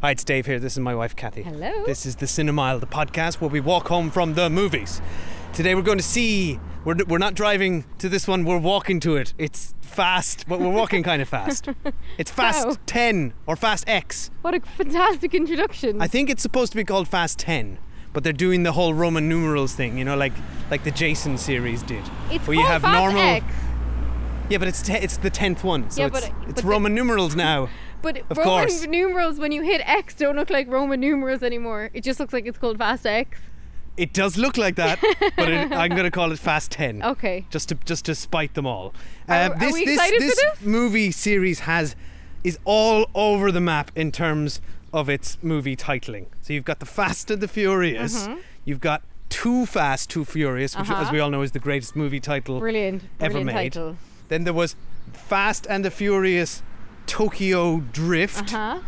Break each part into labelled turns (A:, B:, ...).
A: Hi, it's Dave here. This is my wife, Kathy.
B: Hello.
A: This is the Cinemile, the podcast where we walk home from the movies. Today we're going to see. We're, we're not driving to this one. We're walking to it. It's fast, but we're walking kind of fast. It's Fast
B: How?
A: 10 or Fast X.
B: What a fantastic introduction.
A: I think it's supposed to be called Fast 10, but they're doing the whole Roman numerals thing. You know, like like the Jason series did,
B: it's
A: where you
B: called
A: have
B: Fast
A: normal.
B: X,
A: Yeah, but it's te- it's the tenth one, so
B: Yeah,
A: it's
B: but-
A: it's
B: but the-
A: Roman numerals now.
B: but
A: of
B: Roman
A: course.
B: numerals when you hit X don't look like Roman numerals anymore. It just looks like it's called Fast X.
A: It does look like that, but it, I'm going to call it Fast Ten.
B: Okay.
A: Just to just to spite them all. Uh,
B: Are- are we excited for this?
A: movie series has is all over the map in terms of its movie titling. So you've got the Fast and the Furious. You've got Too Fast, Too Furious, which, as
B: Mm-hmm. Uh-huh.
A: we all know, is the greatest movie title
B: Brilliant.
A: Ever
B: Brilliant
A: made.
B: title.
A: Then there was Fast and the Furious Tokyo Drift.
B: Huh?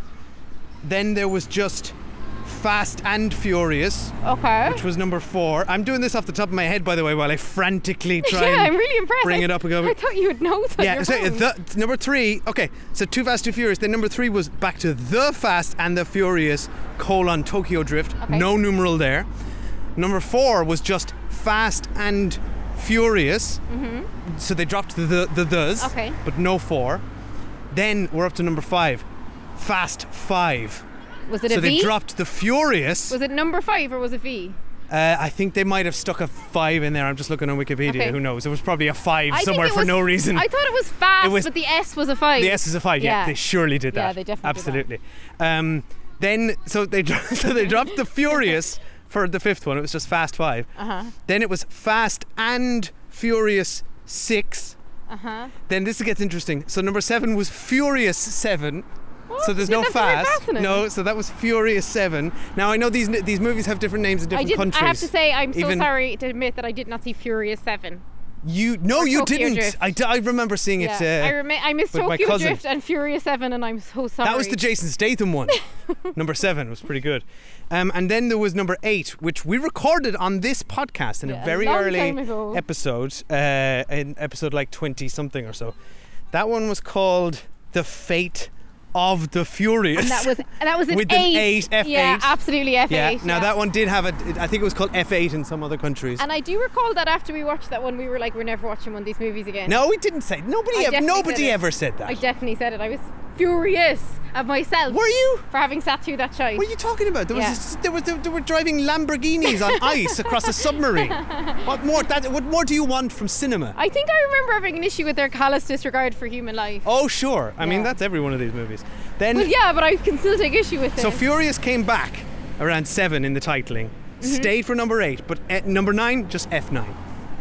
A: Then there was just Fast and Furious,
B: Okay.
A: which was number four. I'm doing this off the top of my head, by the way, while I frantically try
B: yeah,
A: and
B: I'm really impressed.
A: bring
B: I-
A: it up and go.
B: I thought you would know that.
A: yeah, so the, number three. Okay, so Too Fast, Too Furious. Then number three was back to the Fast and the Furious colon Tokyo Drift.
B: Okay.
A: No numeral there. Number four was just Fast and Furious. So they dropped the the, the thes,
B: Mm-hmm. Okay.
A: but no four. Then we're up to number five, Fast Five.
B: was it a
A: so
B: V?
A: they dropped the Furious.
B: was it number five or was it V?
A: Uh, I think they might have stuck a five in there. I'm just looking on Wikipedia.
B: Okay.
A: Who knows? It was probably a five
B: I think
A: somewhere
B: it
A: for
B: was-
A: no reason.
B: I thought it was fast,
A: It was-
B: but the S was a five.
A: the S is a five. Yeah,
B: Yeah.
A: they surely did that.
B: Yeah, they definitely did that.
A: absolutely. Um, then so they dro- so they dropped the Furious for the fifth one. It was just Fast Five.
B: Uh-huh.
A: Then it was Fast and Furious Six.
B: Uh-huh.
A: Then this gets interesting. So number seven was Furious Seven. So
B: What?
A: there's no
B: Yeah, Oh, that's very
A: fast.
B: fascinating.
A: No, so that was Furious Seven. Now I know these these movies have different names in
B: I
A: different
B: did. not
A: countries.
B: I have to say, I'm so
A: Even-
B: sorry to admit that I did not see Furious Seven.
A: You no, you
B: Tokyo
A: didn't.
B: Drift.
A: I, d- I remember seeing it.
B: Yeah. I,
A: Uh,
B: remi- I missed
A: with my
B: Tokyo
A: cousin.
B: Drift and Furious 7 and I'm so sorry.
A: that was the Jason Statham one. number seven was pretty good. Um, and then there was number eight, which we recorded on this podcast in
B: Yeah,
A: a
B: a
A: very
B: long
A: early
B: time ago.
A: episode, uh, in episode like twenty something or so. That one was called "The Fate of the Furious."
B: And that was and that was an
A: With an
B: eight.
A: eight,
B: Yeah,
A: F8.
B: absolutely F8.
A: yeah.
B: yeah.
A: Now that one did have a. it- I think it was called F8 in some other countries.
B: And I do recall that after we watched that one, we were like, we're never watching one of these movies again.
A: no, we didn't say.
B: I
A: Nobody. Ev-
B: definitely
A: nobody
B: said it.
A: ever said that.
B: I definitely said it. I was furious at myself
A: Were you?
B: for having sat through that shite.
A: What are you talking about? There was
B: Yeah.
A: this- there were there, were driving Lamborghinis on ice across a submarine. What more? That, what more do you want from cinema?
B: I think I remember having an issue with their callous disregard for human life.
A: oh sure. I mean
B: Yeah.
A: that's every one of these movies. Then
B: Well, yeah, but I can still take issue with it.
A: so Furious came back around seven in the titling,
B: Mm-hmm.
A: stayed for number eight, but at number nine just F nine.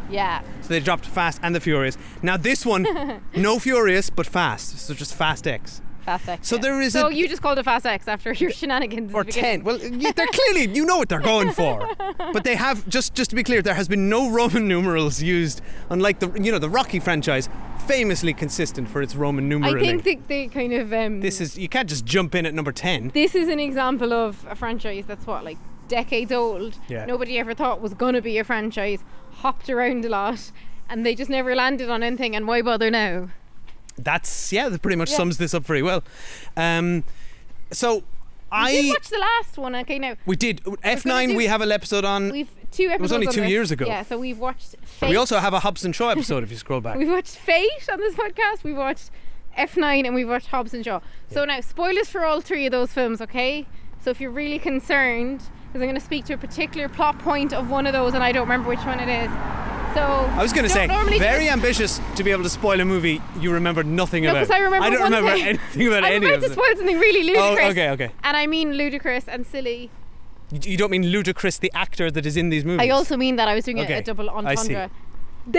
B: yeah.
A: So they dropped Fast and the Furious. Now this one, no Furious but Fast, so just Fast X.
B: Fast X.
A: So
B: yeah.
A: there is
B: So
A: a-
B: you just called it Fast X after your shenanigans. at
A: or
B: the beginning.
A: ten. Well, y- they're clearly you know what they're going for, but they have just just to be clear, there has been no Roman numerals used, unlike the you know the Rocky franchise, famously consistent for its Roman
B: I
A: numeraling.
B: think the, the kind of um,
A: this is you can't just jump in at number ten.
B: this is an example of a franchise that's what like decades old
A: Yeah.
B: nobody ever thought was going to be a franchise hopped around a lot and they just never landed on anything and why bother now
A: That's yeah, that pretty much
B: Yeah.
A: sums this up very well. Um, so
B: I did
A: I
B: watch the last one okay now
A: we did F nine.
B: do-
A: We have a episode on.
B: we've two episodes
A: only
B: on
A: two
B: this.
A: years ago.
B: yeah so we've watched fate
A: we also have a Hobson Show episode if you scroll back.
B: we've watched fate on this podcast we've watched f9 and we've watched hobbs and shaw so now spoilers for all three of those films okay so if you're really concerned because i'm going to speak to a particular plot point of one of those and i don't remember which one it is so
A: I was going to say,
B: normally do
A: very
B: this-
A: ambitious to be able to spoil a movie you remember nothing
B: No,
A: about.
B: 'cause I remember
A: don't
B: one
A: remember
B: thing.
A: anything about
B: I'm
A: any
B: about
A: of
B: to
A: them. Oh,
B: spoil something really ludicrous.
A: okay, okay.
B: And I mean ludicrous and silly.
A: You don't mean Ludacris, the actor that is in these movies?
B: I also mean that I was doing a- a,
A: Okay,
B: double
A: I see.
B: entendre.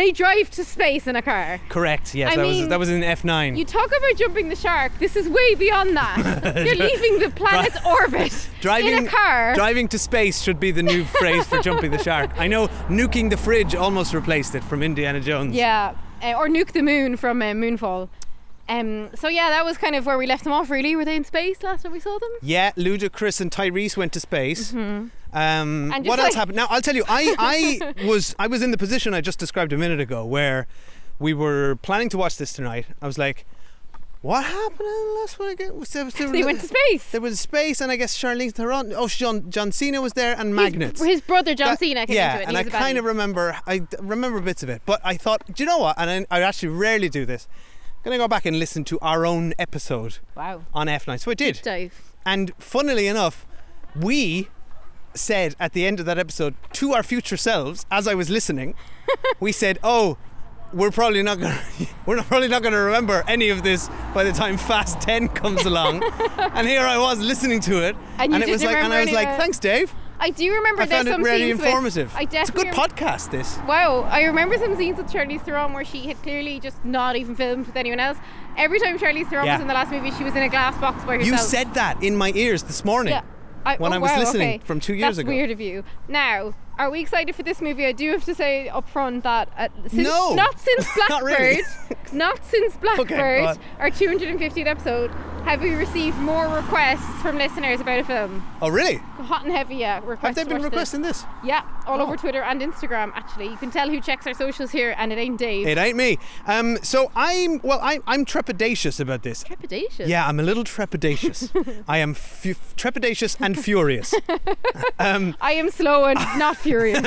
B: They drive to space in a car.
A: Correct. Yes,
B: I
A: that was
B: mean,
A: that was in F nine.
B: You talk about jumping the shark. This is way beyond that. You're leaving the planet's orbit
A: driving
B: in a car.
A: Driving to space should be the new phrase for jumping the shark. I know nuking the fridge almost replaced it from Indiana Jones.
B: yeah, uh, or nuke the moon from uh, Moonfall. Um, so yeah, that was kind of where we left them off. Really, were they in space last time we saw them?
A: Yeah, Ludacris and Tyrese went to space. Um,
B: Mm-hmm. And
A: what else
B: just like-
A: happened? Now I'll tell you. I I was I was in the position I just described a minute ago, where we were planning to watch this tonight. I was like, What happened in the last one again? Was there, was there,
B: They went to space.
A: there was space, and I guess Charlize Theron. Oh, John John Cena was there, and magnets.
B: His brother John
A: That-
B: Cena came
A: yeah,
B: into it.
A: and
B: he
A: I
B: was a baddie.
A: kind of remember. I d- remember bits of it, but I thought, do you know what? And I, I actually rarely do this. I'm gonna go back and listen to our own episode
B: wow
A: on F9. So I did,
B: dive.
A: and funnily enough, we said at the end of that episode to our future selves, as I was listening, we said, "Oh, we're probably not gonna, we're not, probably not gonna remember any of this by the time Fast 10 comes along." and here I was listening to it,
B: And you
A: it was
B: didn't
A: like, and I was
B: remember any of
A: like,
B: it.
A: "Thanks, Dave."
B: I do remember
A: I
B: there's
A: found it
B: some
A: really
B: scenes with-
A: informative.
B: I definitely
A: it's a good
B: rem-
A: podcast. This.
B: Wow, I remember some scenes with Charlize Theron where she had clearly just not even filmed with anyone else. Every time Charlize Theron
A: Yeah.
B: was in the last movie, she was in a glass box by herself.
A: You said that in my ears this morning.
B: Yeah. I,
A: when
B: oh,
A: I was
B: wow,
A: listening
B: okay.
A: from two years
B: That's
A: ago.
B: weird of you. Now, are we excited for this movie? I do have to say up front that uh, since,
A: No.
B: not since
A: Not
B: Blackbird,
A: really.
B: not since
A: go
B: Blackbird,
A: on.
B: our 250th episode, have we received more requests from listeners about a film?
A: Oh, really?
B: Hot and heavy, yeah.
A: Have
B: Requests
A: they
B: to
A: been
B: watch this.
A: requesting this?
B: Yeah, all
A: Oh.
B: over Twitter and Instagram. Actually, you can tell who checks our socials here, and it ain't Dave.
A: It ain't me. Um, so I'm well. I'm, I'm trepidatious about this.
B: Trepidatious.
A: Yeah, I'm a little trepidatious. I am fu- trepidatious and furious.
B: I am slow and not furious.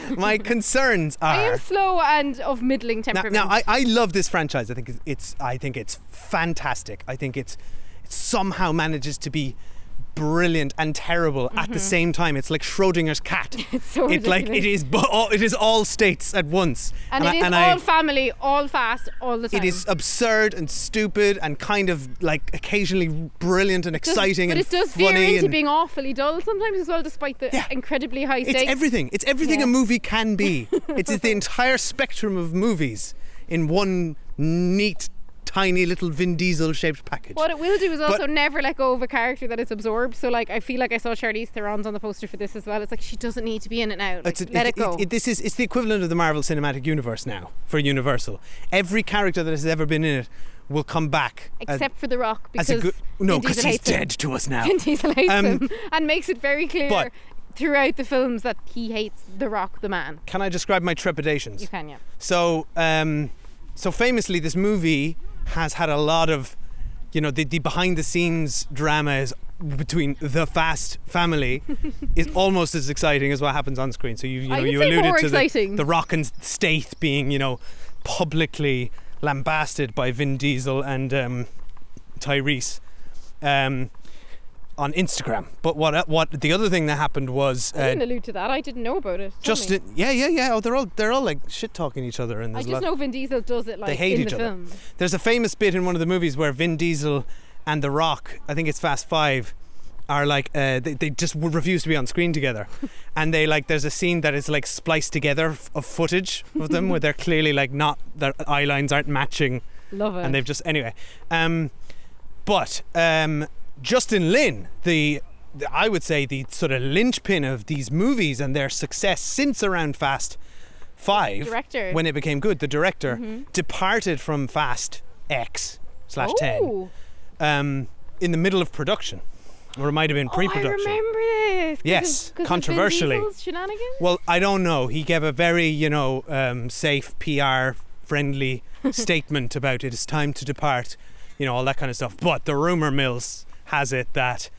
A: My concerns are.
B: I am slow and of middling
A: Now,
B: temperament.
A: now I, I love this franchise. I think it's, it's I think it's fantastic. I think it's it somehow manages to be brilliant and terrible
B: Mm-hmm.
A: at the same time. It's like Schrodinger's cat. It's
B: so
A: it, like it
B: ridiculous.
A: is bo- all, it is all states at once.
B: and, it
A: I-
B: is
A: and I-
B: all family, all fast, all the time.
A: it is absurd and stupid and kind of like occasionally brilliant and
B: Does-
A: exciting
B: but
A: and
B: it does veer
A: funny
B: into
A: and
B: being awfully dull sometimes as well, despite the
A: Yeah.
B: incredibly high
A: it's
B: stakes.
A: everything. It's everything
B: Yeah.
A: a movie can be. it's the entire spectrum of movies in one neat, tiny little Vin Diesel shaped package.
B: what it will do is
A: But-
B: also never let go of a character that it's absorbed. So, like, I feel like I saw Charlize Theron's on the poster for this as well. It's like she doesn't need to be in it now. Like,
A: It's a-
B: let
A: it-
B: it, go.
A: it- it- this is it's the equivalent of the Marvel Cinematic Universe now for Universal. Every character that has ever been in it will come back. as-
B: Except for The Rock, because
A: as a good no,
B: Vin
A: because
B: Diesel
A: he's
B: hates him.
A: dead to us now.
B: Vin Diesel hates
A: Um,
B: him and makes it very clear
A: but-
B: throughout the films that he hates The Rock, the man.
A: Can I describe my trepidations?
B: You can, yeah.
A: So, um, so famously, this movie has had a lot of, you know, the, the behind the scenes drama is between the Fast family is almost as exciting as what happens on screen. So you you
B: I
A: know
B: would
A: you
B: say
A: alluded
B: more
A: to the,
B: exciting.
A: the Rock and Staith being you know publicly lambasted by Vin Diesel and um, Tyrese. Um, on Instagram, but what uh, what the other thing that happened was
B: I
A: uh,
B: didn't allude to that. I didn't know about it. Tell
A: just
B: me.
A: in- yeah yeah yeah oh they're all they're all like shit talking each other and
B: I
A: there's a
B: just
A: lot
B: know Vin Diesel does it like
A: hate
B: in
A: each
B: the
A: other.
B: film.
A: There's a famous bit in one of the movies where Vin Diesel and The Rock, I think it's Fast Five, are like uh, they, they just would refuse to be on screen together, and they like there's a scene that is like spliced together f- of footage of them where they're clearly like not their eye lines aren't matching,
B: Love it.
A: and they've just anyway. Um, but um, Justin Lin, the the- I would say the sort of linchpin of these movies and their success since around Fast Five
B: Director.
A: when it became good, the director
B: Mm-hmm.
A: departed from Fast X slash ten
B: Oh.
A: um, in the middle of production, or it might have been
B: Oh, I
A: pre-production.
B: remember this. 'cause
A: Yes,
B: of- 'cause of Vin
A: controversially.
B: Diesel's shenanigans.
A: well, I don't know. He gave a very you know um, safe PR friendly statement about it is time to depart, you know all that kind of stuff. But the rumor mills has it that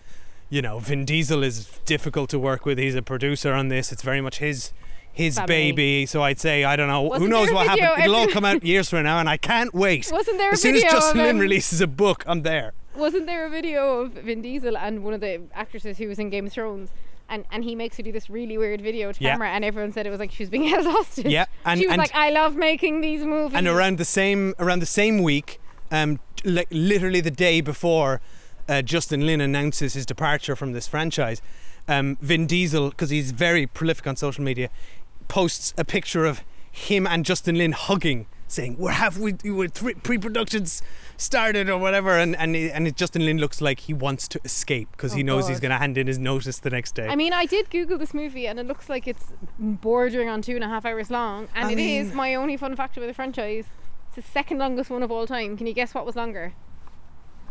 A: you know Vin Diesel is difficult to work with. He's a producer on this. It's very much his. His
B: Family.
A: baby, so I'd say I don't know. Who
B: Wasn't
A: knows
B: there a
A: what
B: video
A: happened? It'll all
B: every-
A: come out years from now, and I can't wait.
B: Wasn't there a
A: As soon as
B: video
A: Justin
B: of
A: Lin
B: him?
A: releases a book, I'm there.
B: Wasn't there a video of Vin Diesel and one of the actresses who was in Game of Thrones? And, and he makes her do this really weird video to
A: Yeah.
B: camera, and everyone said it was like she was being held hostage.
A: Yeah, and-
B: she was
A: and-
B: like, "I love making these movies."
A: And around the same around the same week, um, like literally the day before, uh, Justin Lin announces his departure from this franchise. Um, Vin Diesel, because he's very prolific on social media, posts a picture of him and Justin Lin hugging, saying, "We're half we we're three pre-productions started or whatever," and and and it, Justin Lin looks like he wants to escape because he
B: Oh,
A: knows he's
B: God.
A: going to hand in his notice the next day.
B: I mean, I did Google this movie, and it looks like it's bordering on two and a half hours long, and
A: I
B: it is
A: mean-
B: my only fun fact about the franchise. It's the second longest one of all time. Can you guess what was longer?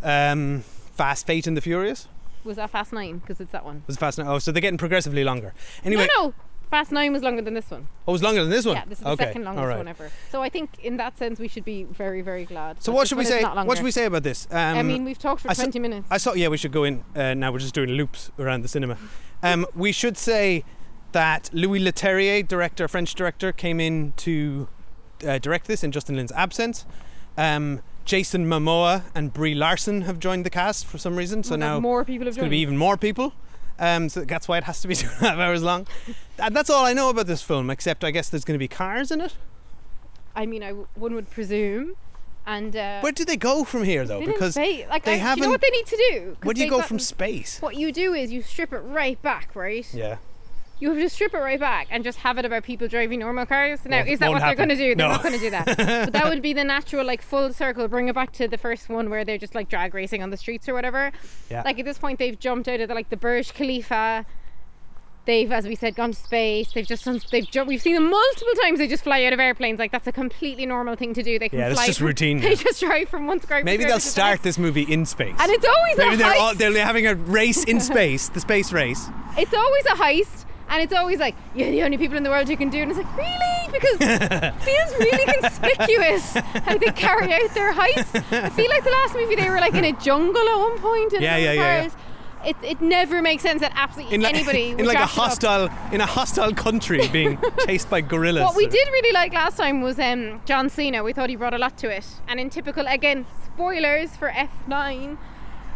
A: um, Fast Fate and the Furious.
B: Was that Fast Nine? Because it's that one.
A: Was it Fast Nine? Oh, so they're getting progressively longer. Anyway,
B: No, no. Fast Nine was longer than this one.
A: Oh, it's longer than this one.
B: Yeah, this is the
A: okay.
B: second longest
A: All right.
B: one ever. So I think in that sense we should be very, very glad.
A: So
B: that
A: what
B: this
A: should
B: one
A: we
B: is
A: say?
B: not
A: What should
B: longer.
A: we say about this? Um,
B: I mean, we've talked for
A: I saw-
B: 20 minutes.
A: I saw. Yeah, we should go in uh, now. We're just doing loops around the cinema. Um, we should say that Louis Leterrier, director, French director, came in to uh, direct this in Justin Lin's absence. Um, Jason Momoa and Brie Larson have joined the cast for some reason. So
B: Well,
A: now
B: more people have
A: it's going
B: joined.
A: to be even more people. Um, so that's why it has to be two and a half hours long. And that's all I know about this film, except I guess there's going to be cars in it.
B: I mean, I w- one would presume, and uh,
A: Where do they go from here, though?
B: they didn't
A: Because
B: say- like,
A: they
B: I, do you know what they need to do? 'Cause
A: where do you
B: they
A: go
B: got-
A: from space?
B: What you do is you strip it right back, right?
A: Yeah.
B: You have to strip it right back and just have it about people driving normal cars. Now,
A: Won't-
B: is that
A: won't
B: what
A: happen.
B: they're going to do? They're
A: No.
B: not going to do that. but that would be the natural, like, full circle. Bring it back to the first one where they're just like drag racing on the streets or whatever.
A: Yeah.
B: Like at this point, they've jumped out of the, like the Burj Khalifa. They've, as we said, gone to space. They've just done. They've jumped. We've seen them multiple times. They just fly out of airplanes. Like that's a completely normal thing to do. They can
A: Yeah, that's
B: fly
A: just
B: from-
A: routine now.
B: They just drive from one skyscraper.
A: Maybe
B: to
A: they'll
B: the next.
A: start this movie in space.
B: And it's always
A: Maybe
B: a
A: they're all,
B: heist.
A: they're having a race in space, the space race.
B: it's always a heist and it's always like you're the only people in the world who can do it and it's like really because it feels really conspicuous how they carry out their heists I feel like the last movie they were like in a jungle at one point in
A: Yeah,
B: one
A: yeah,
B: of
A: yeah,
B: ours. It, it never makes sense that absolutely
A: In like,
B: anybody would
A: in like a
B: draft it up.
A: hostile in a hostile country being chased by gorillas.
B: What we did really like last time was um, John Cena. We thought he brought a lot to it. And in typical, again, spoilers for F9,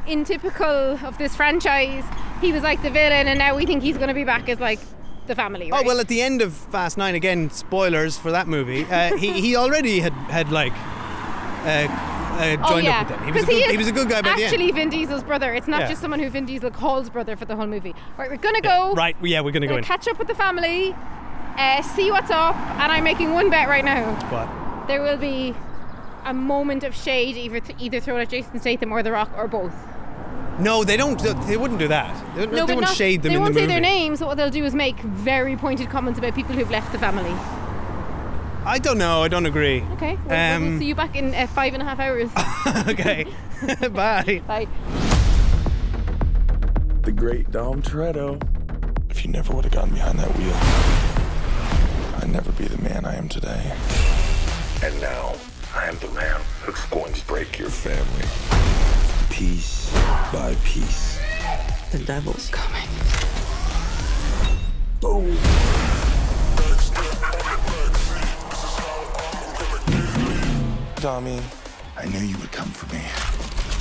B: in typical of this franchise, he was like the villain, and now we think he's going to be back as like the family.
A: Oh
B: right?
A: well, at the end of Fast Nine again, spoilers for that movie. Uh, he he already had had like uh, uh, joined
B: Oh, yeah.
A: up with them. He was a
B: 'Cause
A: good,
B: is
A: he was a good guy by the
B: Actually,
A: end.
B: Vin Diesel's brother. It's not
A: Yeah.
B: just someone who Vin Diesel calls brother for the whole movie. Right, we're gonna go.
A: Right? Yeah, we're gonna
B: We're
A: go
B: gonna
A: in.
B: catch up with the family. Uh, see what's up. And I'm making one bet right now.
A: What?
B: There will be a moment of shade either either thrown at Jason Statham or The Rock or both.
A: No, they don't. They wouldn't do that. They, wouldn't- they
B: but
A: wouldn't
B: not-
A: shade them
B: They
A: in
B: won't
A: the
B: say
A: movie.
B: their names. But what they'll do is make very pointed comments about people who've left the family.
A: I don't know. I don't agree.
B: Okay. Well,
A: Um,
B: we'll see you back in uh, five and a half hours.
A: okay. Bye.
B: Bye.
C: the great Dom Toretto. If you never would have gotten behind that wheel, I'd never be the man I am today.
D: And now, I am the man who's going to break your family.
C: Piece by piece.
E: The devil's coming.
C: Boom. Tommy, I knew you would come for me.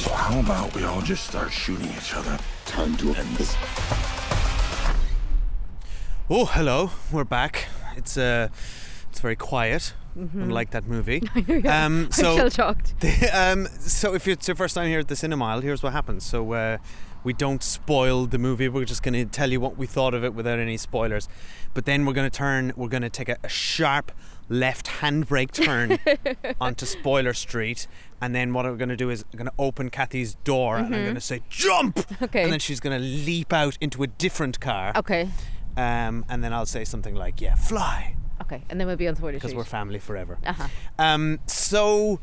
C: So how about we all just start shooting each other? Time to end this.
A: Oh, hello. We're back. It's uh, it's very quiet,
B: Mm-hmm.
A: unlike that movie. um,
B: I'm
A: so,
B: still shocked.
A: um, so if it's your first time here at the cinema aisle, here's what happens. So uh, we don't spoil the movie. We're just going to tell you what we thought of it without any spoilers. But then we're going to turn. We're going to take a, a sharp left handbrake turn onto Spoiler Street. And then what we're going to do is I'm going to open Kathy's door and I'm going to say jump.
B: Okay.
A: And then she's going to leap out into a different car.
B: Okay.
A: Um, and then I'll say something like, yeah, fly,
B: Okay. And then we'll be on spoiler
A: because we're family forever.
B: Uh-huh.
A: Um, so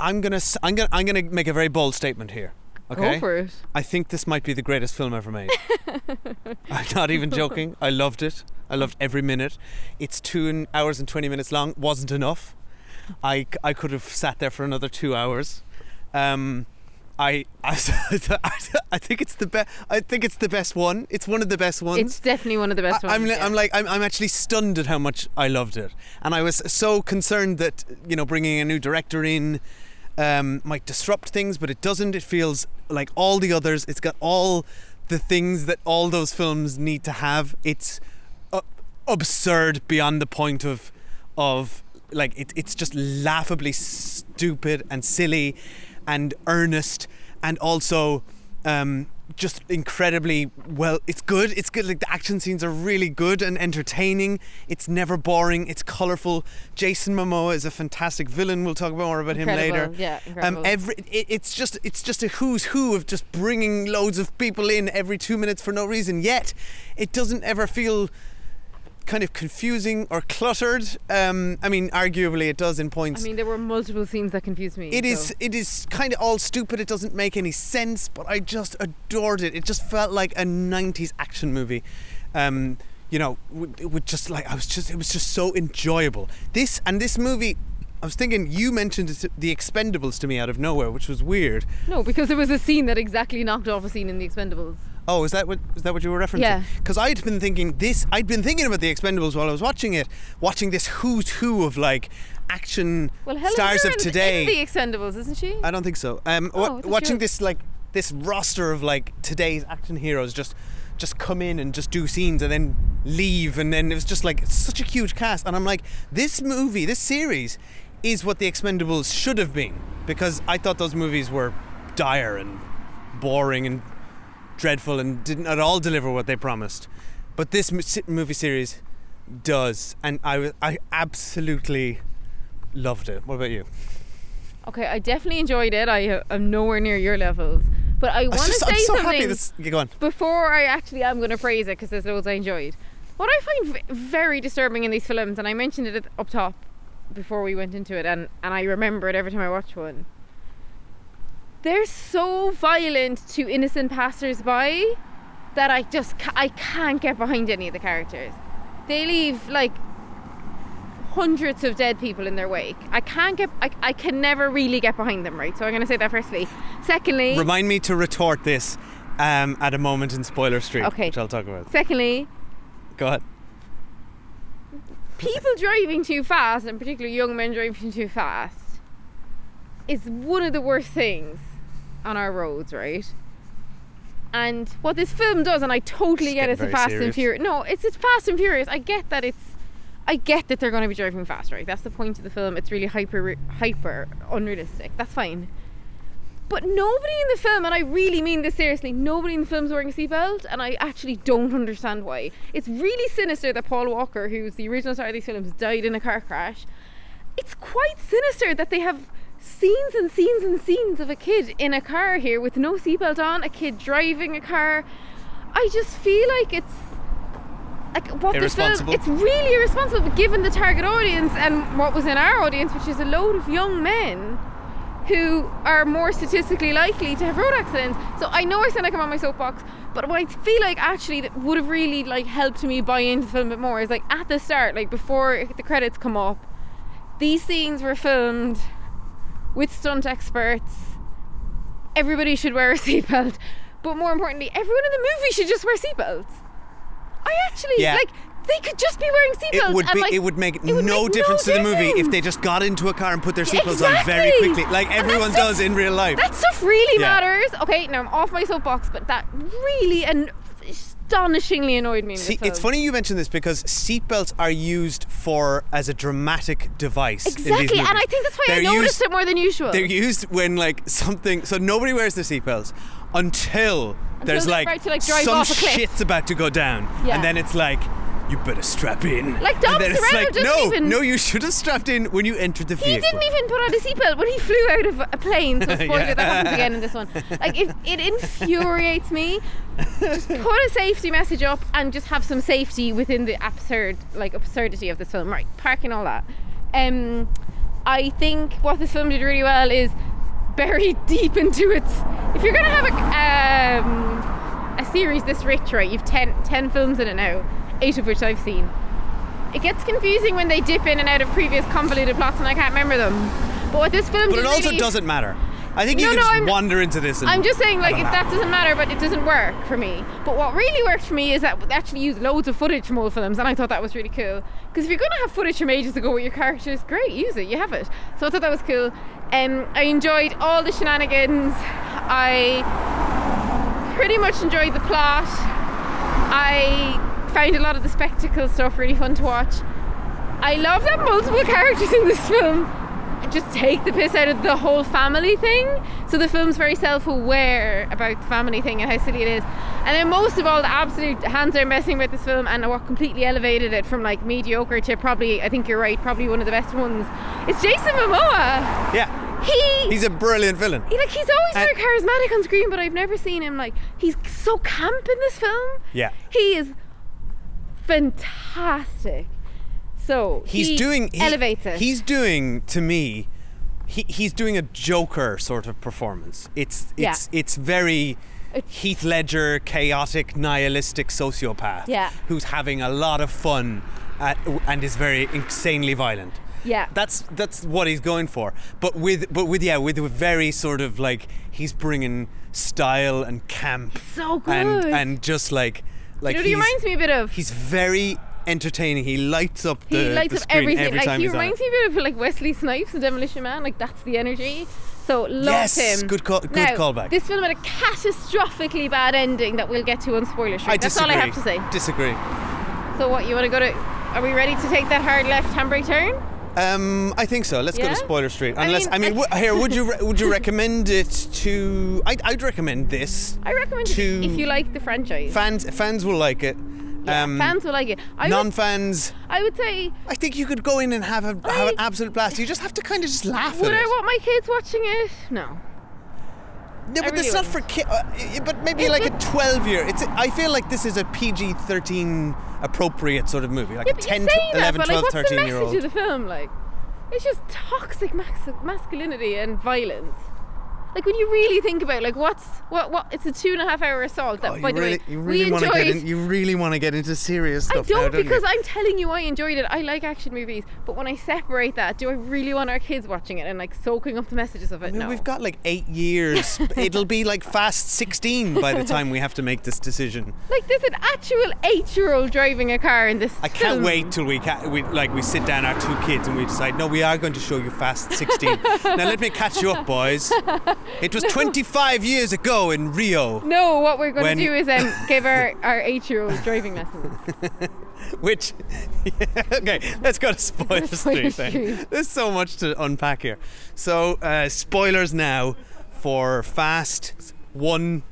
A: I'm gonna, s- I'm gonna, I'm gonna make a very bold statement here. Okay.
B: it.
A: I think this might be the greatest film ever made. I'm not even joking. I loved it. I loved every minute. It's two and- hours and 20 minutes long. Wasn't enough. I, c- I could have sat there for another two hours. Um, I, I, I think it's the best. I think it's the best one. It's one of the best ones.
B: It's definitely one of the best
A: I-
B: ones.
A: I'm, li-
B: yeah.
A: I'm like I'm, I'm actually stunned at how much I loved it, and I was so concerned that you know bringing a new director in um, might disrupt things, but it doesn't. It feels like all the others. It's got all the things that all those films need to have. It's uh, absurd beyond the point of of like it, it's just laughably stupid and silly and earnest and also um, just incredibly well it's good it's good like the action scenes are really good and entertaining it's never boring it's colorful jason momoa is a fantastic villain we'll talk more about him
B: Incredible,
A: later
B: yeah,
A: um,
B: incredible.
A: every it, it's just it's just a who's who of just bringing loads of people in every two minutes for no reason yet it doesn't ever feel kind of confusing or cluttered. Um, I mean, arguably it does in
B: I
A: points.
B: mean, there were multiple scenes that confused me.
A: it is
B: so-
A: it is kind of all stupid. It doesn't make any sense, but I just adored it. It just felt like a '90s action movie. Um, you know, w- it would just like I was just it was just so enjoyable. This and this movie, I was thinking you mentioned this- the Expendables to me out of nowhere, which was weird.
B: No, because there was a scene that exactly knocked off a scene in The Expendables.
A: Oh, is that what is that what you were referencing?
B: Yeah.
A: Because I'd been thinking this. I'd been thinking about the Expendables while I was watching it, watching this who's who of like action
B: Well, Helen
A: stars of
B: Mirren's
A: today.
B: in The Expendables, isn't she?
A: I don't think so. Um,
B: Oh,
A: wa-
B: I thought you
A: watching
B: were-
A: this like this roster of like today's action heroes just just come in and just do scenes and then leave and then it was just like such a huge cast and I'm like this movie this series is what the Expendables should have been because I thought those movies were dire and boring and dreadful and didn't at all deliver what they promised but this mo- si- movie series does and I wa- I absolutely loved it what about you
B: Okay, I definitely enjoyed it. I am nowhere near your levels, but I want
A: I'm
B: to
A: just-
B: say
A: I'm so
B: something
A: happy this yeah, go on
B: before I actually am going to praise it because there's loads I enjoyed. What I find v- very disturbing in these films, and I mentioned it at- up top before we went into it, and, and I remember it every time I watch one. They're so violent to innocent passersby that I just ca- I can't get behind any of the characters. They leave like hundreds of dead people in their wake. I can't get I, I can never really get behind them, right? So I'm going to say that firstly. Secondly,
A: Remind me to retort this um, at a moment in Spoiler Street,
B: Okay.
A: which I'll talk about.
B: secondly,
A: Go ahead.
B: people driving too fast, and particularly young men driving too fast, is one of the worst things on our roads, right? And what this film does, and I totally
A: It's
B: get
A: getting
B: it's a
A: very
B: Fast and
A: serious.
B: Furious. No, it's it's Fast and Furious. I get that it's, I get that they're going to be driving fast, right? That's the point of the film. It's really hyper hyper unrealistic. That's fine. But nobody in the film, and I really mean this seriously, nobody in the film's wearing a seatbelt, and I actually don't understand why. It's really sinister that Paul Walker, who's the original star of these films, died in a car crash. It's quite sinister that they have scenes and scenes and scenes of a kid in a car here with no seatbelt on, a kid driving a car. I just feel like it's like what this film
A: Irresponsible.
B: it's really irresponsible but given the target audience and what was in our audience, which is a load of young men who are more statistically likely to have road accidents. So I know I sound like I'm on my soapbox, but what I feel like actually that would have really like helped me buy into the film a bit more is like at the start, like before the credits come up, these scenes were filmed with stunt experts. Everybody should wear a seatbelt, but more importantly, everyone in the movie should just wear seatbelts. I actually
A: Yeah.
B: like they could just be wearing seatbelts.
A: It would
B: and,
A: be.
B: like,
A: it would make
B: would
A: no
B: make
A: difference to the movie if
B: difference.
A: they just got into a car and put their
B: Yeah,
A: seatbelts on very
B: exactly.
A: quickly, like
B: And that
A: everyone
B: stuff-
A: does in real life.
B: That stuff really
A: Yeah.
B: matters. Okay, now I'm off my soapbox, but that really and astonishingly annoyed me. in
A: See,
B: the
A: it's
B: film.
A: funny you mention this because seatbelts are used for as a dramatic device. in these
B: Exactly, and
A: movies.
B: I think that's why I
A: They're
B: noticed
A: used-
B: it more than usual.
A: They're used when like something. So nobody wears their seatbelts until, there's
B: they're
A: like,
B: about to, like, drive
A: some
B: off a cliff.
A: shit's about to go down,
B: Yeah.
A: and then it's like you better strap in.
B: Like Dom
A: and then it's
B: Serrano
A: like
B: doesn't
A: no,
B: even-
A: no, you should have strapped in when you entered the
B: He
A: vehicle.
B: didn't even put on a seatbelt when he flew out of a plane. So spoiler,
A: Yeah.
B: that happens again in this one. Like it, it infuriates me. Just put a safety message up and just have some safety within the absurd, like absurdity of this film. Right, parking all that. Um, I think what this film did really well is buried deep into its. If you're gonna have a um, a series this rich, right? You've ten, 10 films in it now, eight of which I've seen. It gets confusing when they dip in and out of previous convoluted plots, and I can't remember them. But what this film
A: But
B: did
A: it also
B: really-
A: doesn't matter. I think you
B: No,
A: can
B: no,
A: just
B: I'm-
A: wander into this. And
B: I'm just saying, like,
A: I
B: it,
A: don't know.
B: that doesn't matter, but it doesn't work for me. But what really worked for me is that they actually used loads of footage from old films, and I thought that was really cool. Because if you're going to have footage from ages ago with your characters, great, use it, you have it. So I thought that was cool. Um, I enjoyed all the shenanigans. I pretty much enjoyed the plot. I found a lot of the spectacle stuff really fun to watch. I love that multiple characters in this film just take the piss out of the whole family thing. So the film's very self-aware about the family thing and how silly it is. And then most of all, the absolute hands are messing with this film and what completely elevated it from like mediocre to probably, I think you're right, probably one of the best ones. It's Jason Momoa.
A: Yeah,
B: He
A: he's a brilliant villain.
B: he- like he's always
A: And-
B: very charismatic on screen, but I've never seen him like he's so camp in this film.
A: Yeah.
B: he is fantastic. So
A: He's
B: he
A: doing he-
B: elevates it.
A: He's doing to me. He, he's doing a Joker sort of performance. It's
B: Yeah.
A: it's it's very Heath Ledger, chaotic, nihilistic sociopath
B: Yeah.
A: who's having a lot of fun at, and is very insanely violent.
B: Yeah.
A: That's that's what he's going for. But with but with yeah, with a very sort of like he's bringing style and camp
B: so good.
A: and and just like like
B: you know what he
A: he's-
B: reminds me a bit of?
A: He's very entertaining. He lights up
B: he
A: the,
B: lights
A: the
B: up
A: screen
B: everything.
A: every
B: like
A: time
B: he
A: he's on it.
B: reminds me a bit of like Wesley Snipes and Demolition Man. Like that's the energy. So loved
A: Yes,
B: him.
A: good call- good
B: Now,
A: callback.
B: This film had a catastrophically bad ending that we'll get to on spoiler street.
A: I
B: that's
A: disagree.
B: all I have to say.
A: Disagree.
B: So what you want to go to? Are we ready to take that hard left handbrake turn?
A: Um, I think so. Let's go
B: Yeah?
A: to spoiler street.
B: I
A: Unless I
B: mean,
A: mean, w
B: I-
A: here would you re- would you recommend it to? I'd, I'd recommend this.
B: I recommend it
A: To-
B: if you like the franchise.
A: Fans fans will like it.
B: Yeah, fans will like it. I
A: um, non
B: would,
A: fans.
B: I would say.
A: I think you could go in and have a have an
B: I-
A: absolute blast. You just have to kind of just laugh
B: Would
A: at
B: I
A: it.
B: want my kids watching it? No.
A: yeah, but
B: I
A: it's
B: really
A: not for kids. Uh, i- but maybe
B: It's
A: like
B: a-
A: a twelve year. It's. A, I feel like this is a PG thirteen appropriate sort of movie, like
B: Yeah,
A: a
B: but
A: 10,
B: you say
A: 12,
B: that,
A: 11,
B: but like,
A: 12,
B: what's
A: 13
B: the
A: year
B: message
A: old.
B: of the film? Like, it's just toxic max- masculinity and violence. Like when you really think about, like, what's what? What? It's a two and a half hour assault. That,
A: Oh, you
B: by the
A: really,
B: way,
A: you really
B: we
A: want to
B: enjoyed.
A: get in, you really want to get into serious
B: I
A: stuff. now,
B: don't
A: you?
B: because I'm telling you I enjoyed it. I like action movies, but when I separate that, do I really want our kids watching it and like soaking up the messages of it?
A: I mean,
B: no.
A: We've got like eight years. It'll be like fast 16 by the time we have to make this decision.
B: like there's an actual eight-year-old driving a car in this.
A: I can't
B: film.
A: wait till we, ca- we like we sit down our two kids and we decide no we are going to show you fast 16. now let me catch you up boys. It was 25 years ago in Rio
B: No, what we're going
A: When-
B: to do is um, give our, our eight-year-old driving lessons.
A: which okay let's go to spoiler
B: Spoiler
A: street then.
B: Street.
A: There's so much to unpack here. So uh, spoilers now for fast 1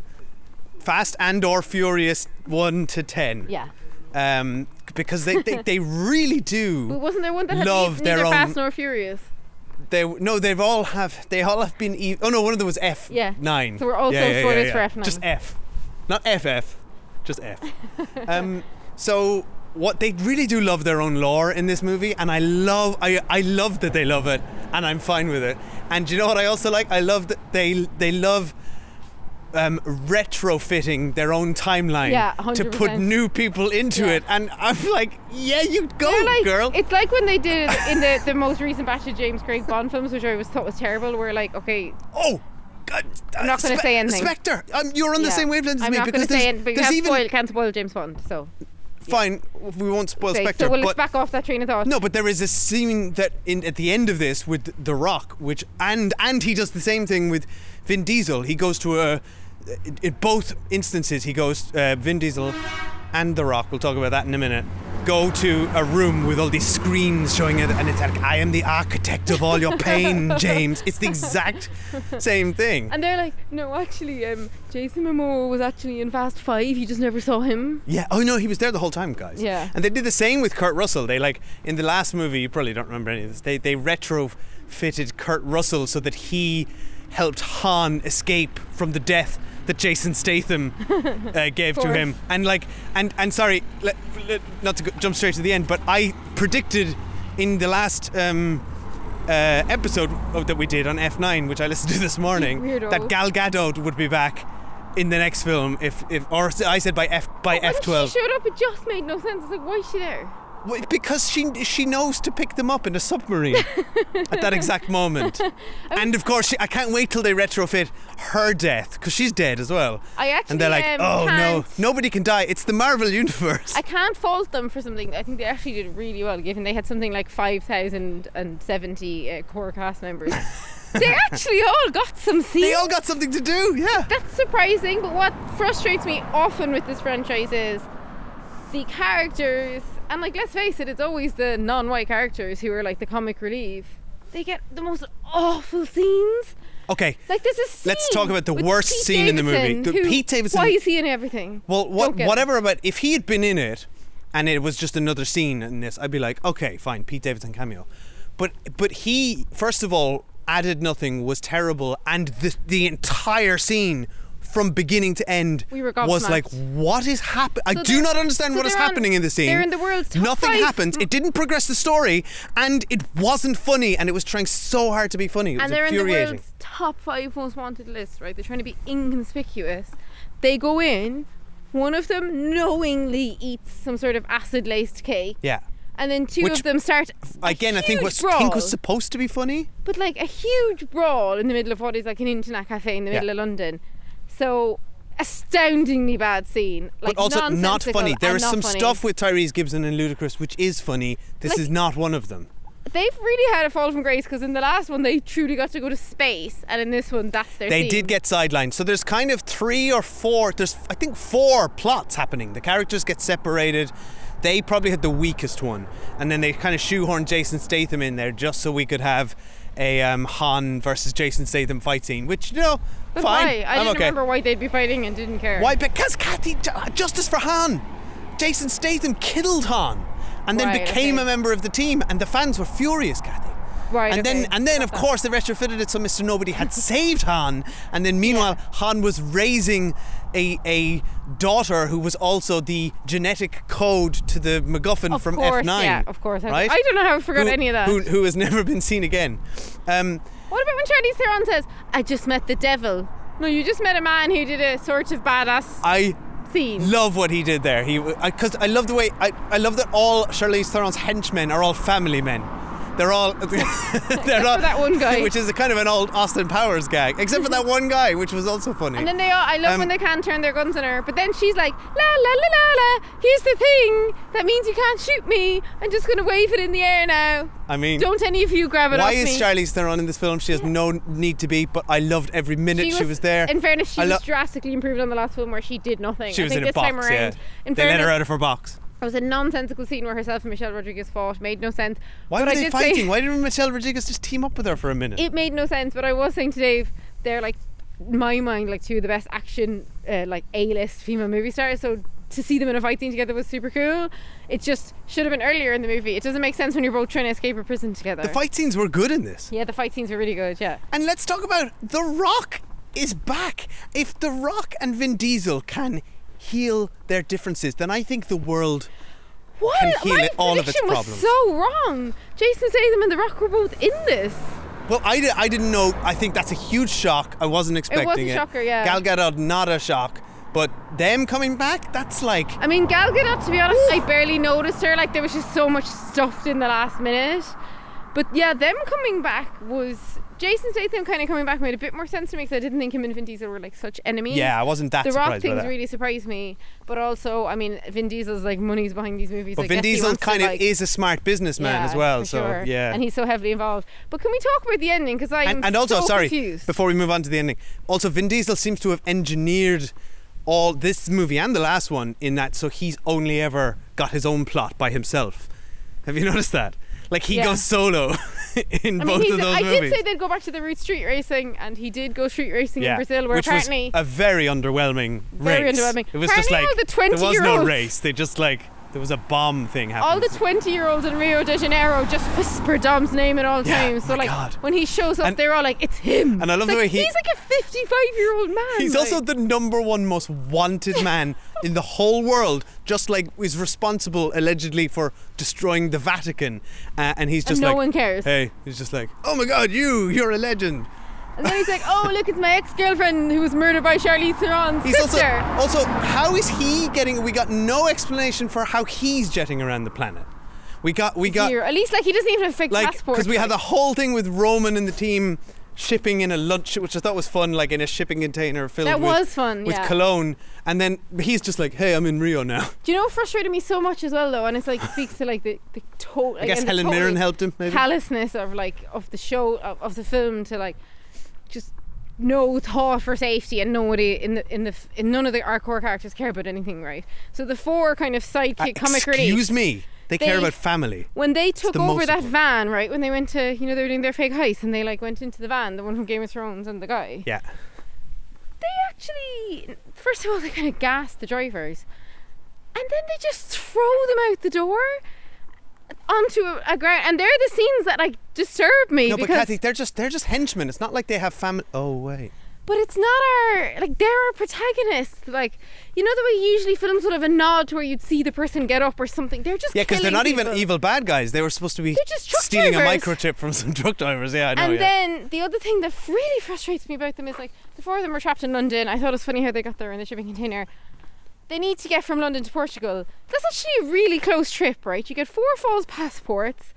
A: fast and or furious 1 to 10.
B: Yeah.
A: um, because they, they, they really
B: But
A: do.
B: wasn't there one that had
A: Love
B: neither
A: their own-
B: Fast nor Furious?
A: They no, they've all have they all have been. E- oh no, one of them was F.
B: Yeah.
A: nine.
B: So we're also spoilers for F9.
A: Just F, not FF, just F. um, so what they really do love their own lore in this movie, and I love I I love that they love it, and I'm fine with it. And you know what I also like? I love that they they love. Um, retrofitting their own timeline
B: Yeah,
A: to
B: 100%.
A: put new people into
B: Yeah.
A: it, and I'm like, yeah, you go,
B: They're like-
A: Oh, girl.
B: It's like when they did it in the, the most recent batch of James Craig Bond films, which I was thought was terrible. We're like, okay,
A: Oh, God. I'm
B: not gonna say anything.
A: Spectre, um, you're on the
B: yeah,
A: same wavelength as
B: I'm
A: me
B: not
A: because
B: gonna
A: there's,
B: say it, but you
A: there's
B: have
A: even
B: spoiled, can't spoil James Bond. So,
A: fine. We won't spoil
B: okay,
A: Spectre,
B: so we'll
A: but
B: back off that train of thought.
A: no, but there is a scene that in at the end of this with The Rock, which and and he does the same thing with Vin Diesel. He goes to a in- in both instances he goes uh, Vin Diesel and The Rock. We'll talk about that in a minute. Go to a room with all these screens showing it, and it's like I am the architect of all your pain, James. It's the exact same thing.
B: And they're like, no, actually, um, Jason Momoa was actually in Fast Five. You just never saw him.
A: Yeah. Oh no, he was there the whole time, guys.
B: Yeah.
A: And they did the same with Kurt Russell. They like in the last movie, you probably don't remember any of this. They they retrofitted Kurt Russell so that he helped Han escape from the death that Jason Statham uh, gave to
B: Force.
A: him. And like and and sorry, let, let- not to go, jump straight to the end, but I predicted in the last um, uh, episode of, that we did on F9, which I listened to this morning,
B: Weirdo.
A: that Gal Gadot would be back in the next film if, if or I said by F by
B: When
A: F12
B: She showed up. It just made no sense. It's like, why is she there?
A: Well, because she she knows to pick them up in a submarine at that exact moment. And of course, she, I can't wait till they retrofit her death because she's dead as well.
B: I
A: and they're like,
B: actually, um,
A: oh no,
B: can't-
A: nobody can die. It's the Marvel universe.
B: I can't fault them for something. I think they actually did really well, given they had something like 5,070 uh, core cast members. they actually all got some scenes.
A: they all got something to do. Yeah.
B: That's surprising, but what frustrates me often with this franchise is the characters, and like, let's face it, it's always the non white characters who are like the comic relief. They get the most awful scenes.
A: Okay.
B: Like, this is.
A: Let's talk about the worst scene in the movie. The Pete Davidson-
B: Why is he in everything?
A: Well, what,
B: Don't get it.
A: whatever about if he had been in it, and it was just another scene in this, I'd be like, okay, fine, Pete Davidson cameo, but but he first of all added nothing, was terrible, and the the entire scene from beginning to end
B: We were
A: was
B: gobsmacked.
A: like, what is happening? I
B: So
A: do
B: they're-
A: not understand
B: so
A: what is
B: they're on-
A: happening in this scene.
B: they're in the world's top
A: Nothing
B: five-
A: happened. It didn't progress the story, and it wasn't funny, and it was trying so hard to be funny. It was
B: and they're in the
A: infuriating.
B: world's top five most wanted list, right? They're trying to be inconspicuous. They go in, one of them knowingly eats some sort of acid laced cake,
A: Yeah.
B: and then two
A: Which-
B: of them start. a
A: Again, I think
B: huge
A: was
B: brawl,
A: think was supposed to be funny.
B: but like a huge brawl in the middle of what is like an internet cafe in the
A: Yeah.
B: middle of London. So astoundingly bad scene. Like
A: but also not
B: nonsensical
A: funny. There
B: and
A: is
B: not
A: some
B: funny.
A: stuff with Tyrese Gibson and Ludacris which is funny. This
B: Like-
A: is not one of them.
B: They've really had a fall from grace because in the last one they truly got to go to space, and in this one that's their.
A: They
B: scene.
A: did get sidelined. So there's kind of three or four. There's I think four plots happening. The characters get separated. They probably had the weakest one, and then they kind of shoehorn Jason Statham in there just so we could have a um, Han versus Jason Statham fight scene. Which you know,
B: But
A: fine.
B: Why? I
A: I'm
B: didn't
A: okay.
B: remember why they'd be fighting and didn't care.
A: Why? Because Kathy, ju- justice for Han. Jason Statham killed Han, and then
B: Right,
A: became
B: okay.
A: a member of the team, and the fans were furious, Kathy.
B: Right.
A: And then,
B: okay.
A: and then, of course, they retrofitted it so Mr. Nobody had saved Han, and then meanwhile, Han was raising a a daughter who was also the genetic code to the MacGuffin
B: Of
A: from
B: course,
A: F9.
B: yeah, of course. I-
A: Right?
B: I don't know how I forgot
A: Who-
B: any of that.
A: Who, who has never been seen again. Um,
B: What about when Charlize Theron says, "I just met the devil"? No, you just met a man who did a sort of badass
A: I
B: scene.
A: love what he did there. He because I, love the way I, I love that all Charlize Theron's henchmen are all family men. They're all they're all
B: for that one guy.
A: which is a kind of an old Austin Powers gag, except for that one guy, which was also funny.
B: And then they all, I love
A: Um,
B: when they can't turn their guns on her, but then she's like, la la la la la, here's the thing, that means you can't shoot me, I'm just gonna wave it in the air now.
A: I mean,
B: Don't any of you grab it
A: why
B: off
A: is
B: me.
A: Charlize Theron in this film? She has no need to be, but I loved every minute she was, there.
B: In fairness, she
A: I lo-
B: was drastically improved on the last film where she did nothing.
A: she
B: I
A: was
B: think
A: in a
B: this
A: box.
B: time around,
A: yeah,
B: in
A: they let
B: fairness,
A: her out of her box.
B: it was a nonsensical scene where herself and Michelle Rodriguez fought. Made no sense.
A: Why
B: But
A: were
B: I
A: they
B: did
A: fighting?
B: Say,
A: Why didn't Michelle Rodriguez just team up with her for a minute?
B: it made no sense. But I was saying to Dave, they're like, in my mind, like two of the best action, uh, like A-list female movie stars. So to see them in a fight scene together was super cool. It just should have been earlier in the movie. It doesn't make sense when you're both trying to escape a prison together.
A: the fight scenes were good in this.
B: yeah, the fight scenes were really good. Yeah.
A: And let's talk about The Rock is back. If The Rock and Vin Diesel can heal their differences, then I think the world.
B: What?
A: can heal
B: my
A: it- all of its
B: prediction
A: problems.
B: was so wrong. Jason Statham and The Rock were both in this.
A: Well, I, di- I didn't know. I think that's a huge shock. I wasn't expecting it.
B: a shocker, yeah.
A: Gal Gadot, not a shock. But them coming back, that's like.
B: I mean, Gal Gadot, to be honest, I barely noticed her. Like, there was just so much stuffed in the last minute. But yeah, them coming back was. Jason Statham kind of coming back made a bit more sense to me because I didn't think him and Vin Diesel were like such enemies.
A: Yeah, I wasn't that
B: The
A: surprised
B: Rock
A: by
B: things
A: that.
B: really surprised me, but also, I mean, Vin Diesel's like money's behind these movies.
A: But
B: I
A: Vin
B: guess he
A: Diesel
B: wants to,
A: kind of
B: like-
A: is a smart businessman
B: Yeah,
A: as well.
B: for
A: So
B: sure.
A: yeah.
B: and he's so heavily involved. But can we talk about the ending? Because I'm
A: and, and also
B: so
A: sorry
B: confused.
A: before we move on to the ending also vin diesel seems to have engineered all this movie and the last one in that so he's only ever got his own plot by himself have you noticed that like he
B: Yeah.
A: goes solo in
B: I mean,
A: both
B: he's,
A: of those
B: I
A: movies
B: did say they'd go back to the root street racing, and he did go street racing in Brazil, where
A: which was
B: apparently
A: a very underwhelming
B: Very
A: race.
B: underwhelming.
A: It was
B: Apparently
A: just like
B: all the
A: there was no
B: 20-year-olds
A: race. They just like there was a bomb thing
B: all
A: happening.
B: the 20 year olds in Rio de Janeiro just whisper Dom's name at all
A: Yeah,
B: times. So,
A: my
B: like,
A: God.
B: when he shows up,
A: And-
B: they're all like, it's him.
A: and I love the
B: It's like,
A: way he-
B: He's like a 55 year old man.
A: He's
B: like-
A: also the number one most wanted man in the whole world, just like is responsible allegedly for destroying the Vatican, uh, and he's just
B: no
A: like
B: one cares.
A: Hey, he's just like, oh my God, you, you're a legend.
B: And then he's like, oh, look, it's my ex girlfriend who was murdered by Charlize Theron's
A: He's also
B: sister.
A: also how is he getting? We got no explanation for how he's jetting around the planet. We got we got
B: Zero. At least, like, he doesn't even have a fake
A: like
B: passport.
A: because we had the whole thing with Roman and the team shipping in a lunch, which I thought was fun, like in a shipping container filled
B: That
A: with,
B: was fun,
A: with
B: yeah.
A: cologne, and then he's just like, hey, I'm in Rio now.
B: Do you know what frustrated me so much as well though? And it's like speaks to like the the total.
A: guess Helen Mirren helped him, maybe.
B: Callousness of like of the show of, of the film to like just no thought for safety and nobody in the in the f- in none of the our core characters care about anything, right? So the four kind of sidekick comic
A: Uh, Excuse
B: relief.
A: me. They, care
B: They-
A: about family.
B: When they took
A: the
B: over
A: most
B: that
A: important.
B: van, right? When they went to, you know, they were doing their fake heist, and they like went into the van, the one from Game of Thrones and the guy.
A: Yeah.
B: they actually first of all they kind of gas the drivers and then they just throw them out the door onto a, a ground and they're the scenes that like disturb me
A: No, but
B: because
A: Kathy, they're just they're just henchmen. It's not like they have family. Oh wait.
B: But it's not our like they're our protagonists. Like you know the way usually films would have a nod to where you'd see the person get up or something. They're just
A: Yeah, because they're
B: killing
A: not even
B: people.
A: evil bad guys. They were supposed to be
B: just truck
A: stealing
B: drivers.
A: a microchip from some truck drivers. Yeah, I know.
B: And
A: yeah.
B: then the other thing that really frustrates me about them is like the four of them were trapped in London. I thought it was funny how they got there in the shipping container. They need to get from London to Portugal. That's actually a really close trip, right? You get four false passports.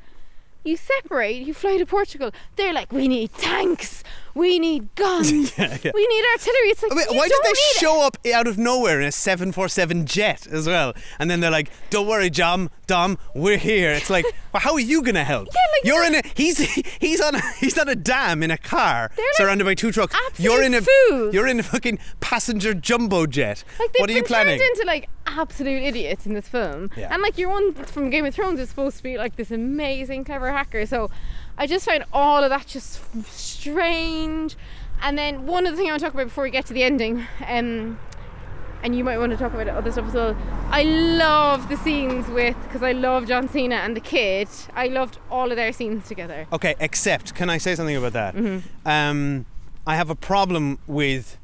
B: You separate, you fly to Portugal. They're like, we need tanks, we need guns,
A: yeah.
B: we need artillery. It's like,
A: I mean,
B: you
A: why did
B: don't
A: they
B: need
A: show up out of nowhere in a 747 jet as well? And then they're like, "Don't worry, Jam, Dom, we're here." It's like, well, how are you gonna help? Yeah,
B: like-
A: you're in a he's he's on a, he's on a dam in a car
B: They're like
A: surrounded by two trucks.
B: absolute
A: You're in a
B: fools.
A: you're in a fucking passenger jumbo jet.
B: Like they've
A: what are you
B: been
A: planning?
B: turned into like absolute idiots in this film.
A: Yeah.
B: And like your one from Game of Thrones is supposed to be like this amazing clever hacker. So I just find all of that just strange. And then one other thing I want to talk about before we get to the ending, um, and you might want to talk about other stuff as well. I love the scenes with because I love John Cena and the kid. I loved all of their scenes together.
A: Okay, except can I say something about that?
B: Mm-hmm.
A: Um, I have a problem with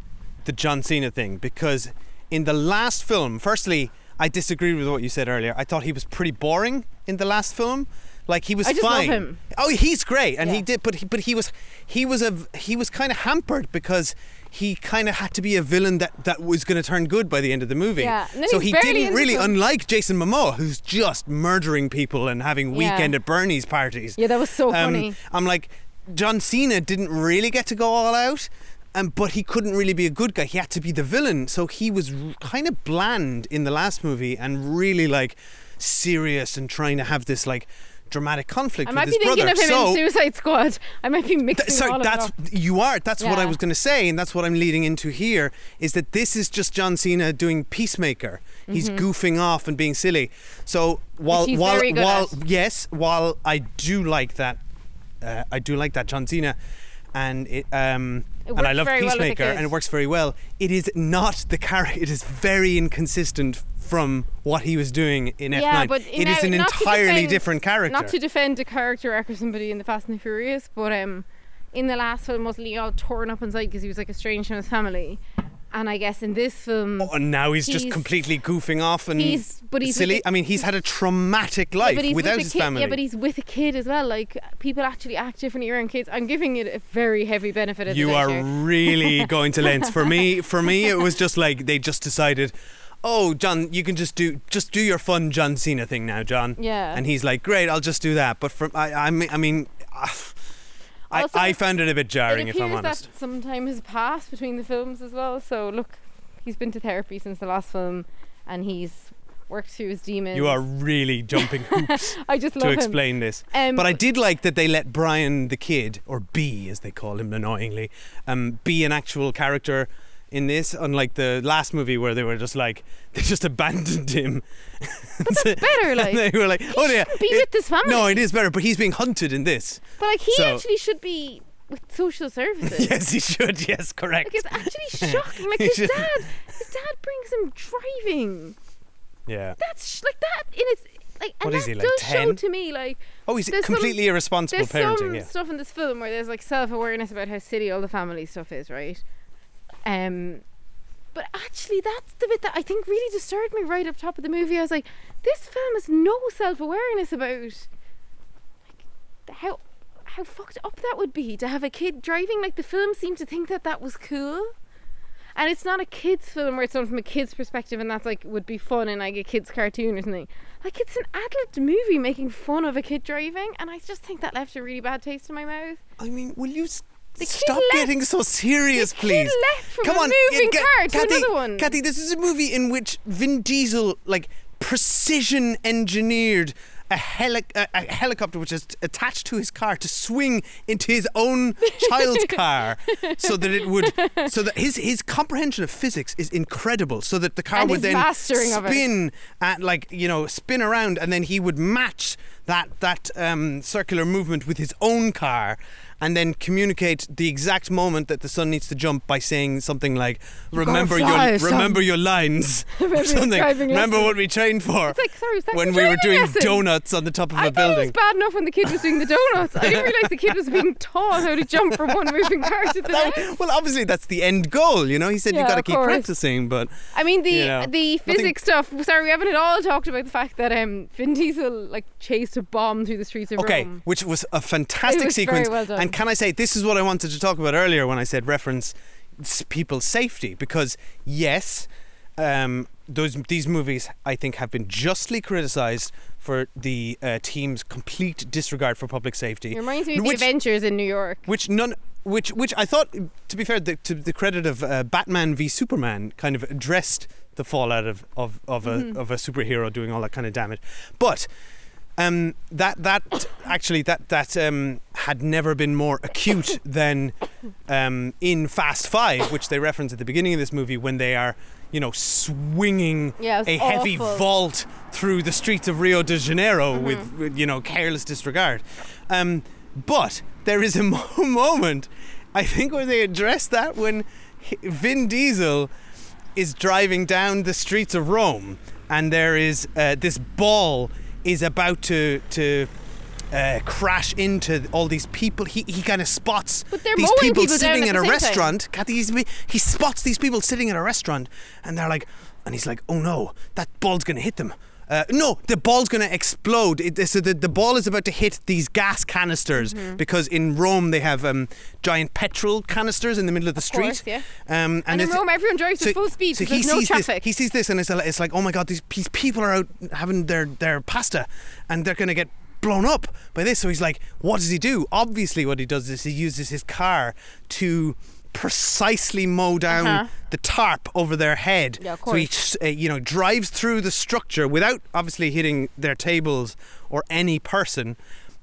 A: the John Cena thing because in the last film, firstly, I disagreed with what you said earlier. I thought he was pretty boring in the last film. Like he was
B: I just love
A: fine.
B: him.
A: Oh, he's great, and he
B: Yeah.
A: did, but he, but he was he was a he was kind of hampered because he kind of had to be a villain that that was going to turn good by the end of the movie.
B: Yeah, and then
A: So
B: he's
A: he
B: barely
A: didn't
B: in
A: really,
B: this one.
A: unlike Jason Momoa, who's just murdering people and having
B: Yeah.
A: weekend at Bernie's parties.
B: Yeah, that was so
A: Um,
B: funny.
A: I'm like, John Cena didn't really get to go all out, um, but he couldn't really be a good guy. He had to be the villain. So he was r- kind of bland in the last movie and really like serious and trying to have this like dramatic conflict
B: I
A: with
B: might
A: his
B: be thinking
A: brother.
B: of him
A: so,
B: in Suicide Squad. I might be mixing
A: Th- sorry,
B: all of it
A: that's
B: up.
A: you are. That's what I
B: Yeah.
A: was going to say, and that's what I'm leading into here. Is that this is just John Cena doing peacemaker? He's goofing off and being silly. So while
B: he's
A: while
B: Mm-hmm. very good
A: while
B: at.
A: yes, while I do like that, uh, I do like that John Cena, and it um
B: It
A: and I
B: works
A: love
B: very well with the
A: peacemaker, and it
B: kids.
A: works very well. It is not the character. It is very inconsistent from what he was doing in
B: Yeah,
A: F9.
B: but
A: it
B: now-
A: is an
B: not to
A: entirely
B: defend-
A: different character.
B: Not to defend a character arc or somebody in the Fast and the Furious, but um, in the last film, wasn't he all torn up inside because he was like estranged from his family? And I guess in this film,
A: Oh, and now he's, just
B: He's-
A: completely goofing off and
B: he's- but he's with
A: silly.
B: the-
A: I mean, he's had a traumatic life
B: but he's
A: without
B: with a
A: his
B: kid.
A: family.
B: Yeah, but he's with a kid as well. Like people actually act differently around kids. I'm giving it a very heavy benefit. Of the
A: you
B: doubt
A: are
B: here.
A: really going to lengths for me. For me, it was just like they just decided. Oh, John, you can just do just do your fun John Cena thing now, John.
B: Yeah.
A: And he's like, great, I'll just do that. But from I, I mean, I mean, ah, I,
B: Also,
A: I found it a bit jarring,
B: it
A: if I'm
B: appears
A: honest.
B: that some time has passed between the films as well. So look, he's been to therapy since the last film, and he's worked through his demons.
A: You are really jumping hoops
B: I just love
A: to
B: him.
A: explain this.
B: Um,
A: but I did like that they let Brian the kid, or B as they call him annoyingly, um, be an actual character in this, unlike the last movie where they were just like they just abandoned him. But that's
B: better, like.
A: they were like, oh yeah,
B: be with this family."
A: No, it is better, but he's being hunted in this.
B: But like he
A: So-
B: actually should be with social services.
A: Yes, he should. Yes, correct.
B: Like it's actually shocking. Like
A: He
B: his
A: should-
B: dad, his dad brings him driving.
A: Yeah.
B: That's sh- like that in its like, and
A: What
B: that
A: is he, like,
B: does
A: 10?
B: show to me like
A: Oh, he's
B: there's some-
A: completely irresponsible
B: there's some
A: parenting. Yeah.
B: stuff in this film where there's like self awareness about how silly all the family stuff is, right? Um, but actually, that's the bit that I think really disturbed me right up top of the movie. I was like, this film has no self awareness about like how how fucked up that would be to have a kid driving. Like the film seemed to think that that was cool. And it's not a kids' film where it's done from a kid's perspective, and that's like would be fun in like a kids' cartoon or something. Like it's an adult movie making fun of a kid driving, and I just think that left a really bad taste in my mouth.
A: I mean, will you s-
B: The kid
A: stop
B: left-
A: getting so serious, please?
B: left from
A: Come
B: a
A: on,
B: moving
A: yeah, Ca-
B: car to
A: Kathy,
B: another one.
A: Kathy, this is a movie in which Vin Diesel, like, precision engineered. A, heli- a, a helicopter which is attached to his car to swing into his own child's car, so that it would, so that his his comprehension of physics is incredible. So that the car
B: And
A: would
B: his
A: then
B: mastering of it.
A: spin at like you know spin around, and then he would match that that um, circular movement with his own car, and then communicate the exact moment that the son needs to jump by saying something like remember
E: fly,
A: your
E: son."
A: remember your lines or
B: your
A: something
B: driving
A: remember
B: lesson."
A: what we trained for
B: It's like, sorry, was that
A: when
B: your
A: we were
B: driving
A: doing
B: lesson?
A: donuts on the top of a
B: I thought it was
A: building
B: bad enough when the kid was doing the donuts. I didn't realize the kid was being taught how to jump from one moving car to the
A: That-
B: next.
A: well obviously that's the end goal you know he said
B: Yeah,
A: you've got to
B: of
A: keep
B: course.
A: practicing but
B: I mean the
A: You know,
B: the
A: nothing-
B: physics stuff. Sorry, we haven't at all talked about the fact that um, Vin Diesel like chased a bomb through the streets of
A: Okay,
B: Rome.
A: which was a fantastic
B: It was very
A: sequence.
B: well done.
A: And can I say, this is what I wanted to talk about earlier when I said reference s- people's safety, because yes, um, those these movies I think have been justly criticised for the uh, team's complete disregard for public safety.
B: It reminds me of
A: which-
B: the Adventures in New York.
A: which none which which I thought to be fair the, to the credit of uh, Batman v Superman kind of addressed the fallout of of, of
B: Mm-hmm.
A: a of a superhero doing all that kind of damage but um that that actually that that um had never been more acute than um in Fast 5 which they reference at the beginning of this movie when they are you know swinging
B: Yeah, it was
A: a heavy
B: awful. Mm-hmm.
A: vault through the streets of Rio de Janeiro with, with, you know, careless disregard. Um, but there is a mo- moment, I think, where they address that when H- Vin Diesel is driving down the streets of Rome, and there is uh, this ball is about to to. Uh, crash into all these people. He, he kind of spots
B: they're
A: these
B: mowing
A: people,
B: people down
A: sitting
B: at
A: in
B: the
A: a
B: same time.
A: restaurant restaurant. Kathy, he's- he spots these people sitting in a restaurant, and they're like, and he's like, oh no, that ball's gonna hit them. Uh, no, the ball's gonna explode. It, so the, the ball is about to hit these gas canisters
B: Mm-hmm.
A: because in Rome they have um, giant petrol canisters in the middle of the street.
B: course, yeah.
A: Um, and
B: in
A: it's-
B: Rome, everyone drives at full speed
A: So
B: 'cause
A: he
B: there's no
A: sees
B: traffic.
A: this. He sees this, and it's like, it's like, oh my god, these, these people are out having their their pasta, and they're gonna get blown up by this. So he's like, what does he do? Obviously, what he does is he uses his car to precisely mow down
B: Uh-huh.
A: the tarp over their head.
B: Yeah, of
A: so he, s- uh, you know, drives through the structure without obviously hitting their tables or any person.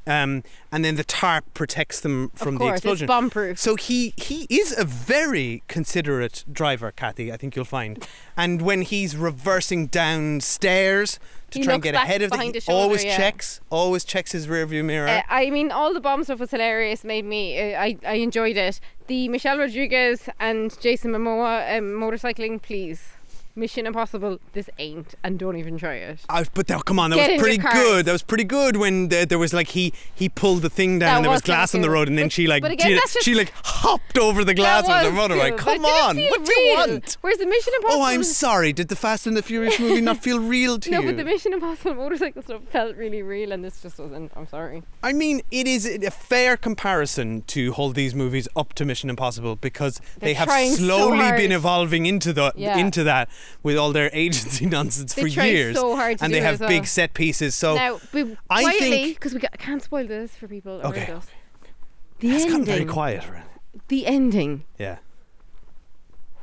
A: Um, and then the tarp protects them from the
B: course, it's
A: explosion.
B: bomb-proof.
A: So he he is a very considerate driver, Kathy. I think you'll find. And when he's reversing down stairs to
B: He
A: try and get
B: looks back
A: ahead of the,
B: behind
A: he
B: his shoulder,
A: always
B: yeah.
A: checks, always checks his rearview mirror.
B: Uh, I mean, all the bomb stuff was hilarious. Made me, uh, I, I enjoyed it. The Michelle Rodriguez and Jason Momoa um, motorcycling, please. Mission Impossible. This ain't, and don't even try it.
A: I- but that, come on, that
B: Get in
A: was
B: your
A: pretty
B: car.
A: good. That was pretty good when the, there was like he he pulled the thing down
B: That
A: and there was
B: was kinda
A: glass on the
B: cool.
A: road, and then
B: But-
A: she like
B: but again,
A: did it-
B: that's just-
A: she like hopped over the glass
B: That
A: of the
B: was
A: motorway.
B: cool,
A: Come
B: but it didn't
A: on,
B: feel
A: what do you
B: real.
A: want?
B: Whereas the Mission Impossible.
A: Oh, I'm sorry. Did the Fast and the Furious movie not feel real to
B: No,
A: you?
B: but the Mission Impossible motorcycle stuff felt really real, and this just wasn't. I'm sorry.
A: I mean, it is a fair comparison to hold these movies up to Mission Impossible because they
B: They're
A: have
B: trying so
A: slowly
B: hard.
A: been evolving into the
B: Yeah.
A: into that with all their agency nonsense
B: They
A: for
B: tried
A: years,
B: so hard to
A: and
B: do
A: they
B: it
A: have
B: as well.
A: big set pieces. So
B: now, we,
A: Oh, I
B: quietly,
A: think-
B: because we got, can't spoil this for people. around
A: Okay,
B: us.
A: okay.
B: The
A: it's gotten very
B: ending.
A: quiet. Really.
B: The ending.
A: Yeah,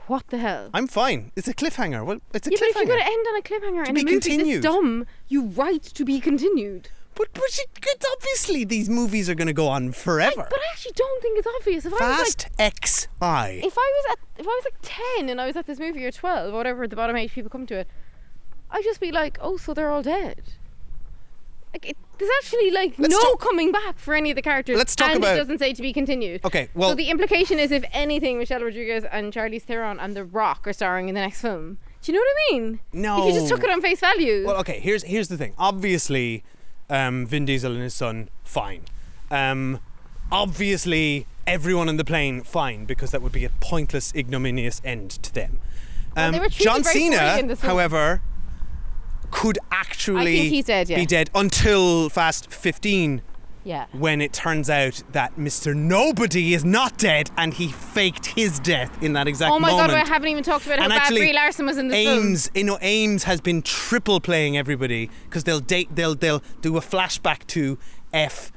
B: What the hell?
A: I'm fine. It's a cliffhanger. Well, it's a
B: yeah, but if you're
A: cliffhanger.
B: going to e- end on a cliffhanger and
A: be
B: a movie
A: continued.
B: this dumb, you write to be continued.
A: but but she- it's obviously these movies are going to go on forever.
B: But I actually don't think it's obvious. If I was like,
A: Fast X I.
B: if I was at, if I was like ten and I was at this movie or twelve, or whatever the bottom age people come to it, I'd just be like, oh, so they're all dead. Like, it, there's actually like
A: Let's
B: no
A: talk-
B: coming back for any of the characters.
A: Let's talk
B: and
A: about-
B: it doesn't say to be continued.
A: Okay, well-
B: so the implication is, if anything, Michelle Rodriguez and Charlize Theron and The Rock are starring in the next film. Do you know what I mean? If you just took
A: No.
B: it on face value.
A: Well, okay. Here's here's the thing. Obviously, um, Vin Diesel and his son, fine. Um, obviously, everyone on the plane, fine, because that would be a pointless, ignominious end to them. Um,
B: they were treated
A: John
B: very poorly in
A: Cena,
B: this movie.
A: however, could actually
B: he's dead, yeah.
A: be dead until Fast 15
B: yeah.
A: when it turns out that Mr. Nobody is not dead and he faked his death in that exact
B: Oh my
A: moment.
B: god, I haven't even talked about how
A: and
B: bad
A: actually,
B: Brie Larson was in this film.
A: Ames, you know, Ames has been triple playing everybody because they'll date, they'll they'll do a flashback to F.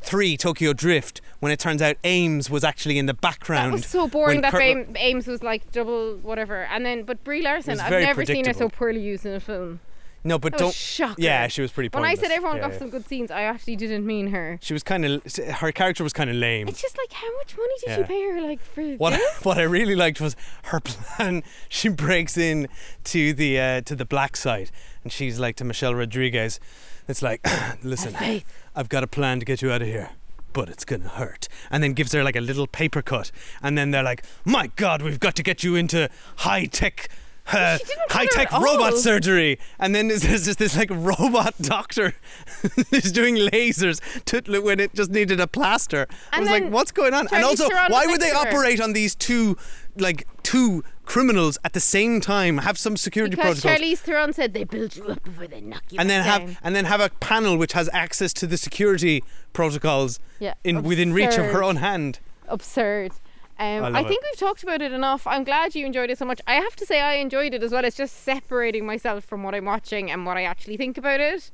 A: Three Tokyo Drift when it turns out Ames was actually in the background.
B: That was so boring
A: when
B: that
A: Kurt-
B: Ames, Ames was like double whatever. And then, but Brie Larson,
A: was
B: I've
A: very
B: never seen her so
A: predictable.
B: poorly used in a film.
A: No, but
B: That
A: don't.
B: was shocking.
A: Yeah, she was pretty.
B: When I
A: pointless.
B: said everyone
A: Yeah,
B: got
A: yeah.
B: some good scenes, I actually didn't mean her.
A: she was kind of her character was kind of lame.
B: It's just like, how much money did
A: Yeah.
B: you pay her like for
A: What
B: this?
A: what I really liked was her plan. She breaks in to the uh, to the black site, and she's like to Michelle Rodriguez. It's like, listen,
B: faith.
A: I've got a plan to get you out of here. but it's gonna hurt. And then gives her like a little paper cut. And then they're like, my God, we've got to get you into high tech. Uh,
B: She didn't cut her
A: high tech
B: at
A: robot
B: all.
A: surgery, and then there's there's just this like robot doctor who's doing lasers to, when it just needed a plaster. I
B: And
A: was
B: then
A: like, what's going on? And
B: Charlize
A: also,
B: Theron
A: why
B: was
A: would they
B: next to her.
A: operate on these two like two criminals at the same time? Have some security
B: Because
A: protocols
B: Charlize Theron said they build you up before they knock you
A: and then
B: back
A: have
B: down.
A: and then have a panel which has access to the security protocols
B: Yeah,
A: in within reach of her
B: absurd.
A: own hand.
B: absurd. Um,
A: love
B: I, think
A: it.
B: we've talked about it enough. I'm glad you enjoyed it so much. I have to say, I enjoyed it as well. It's just separating myself from what I'm watching and what I actually think about it.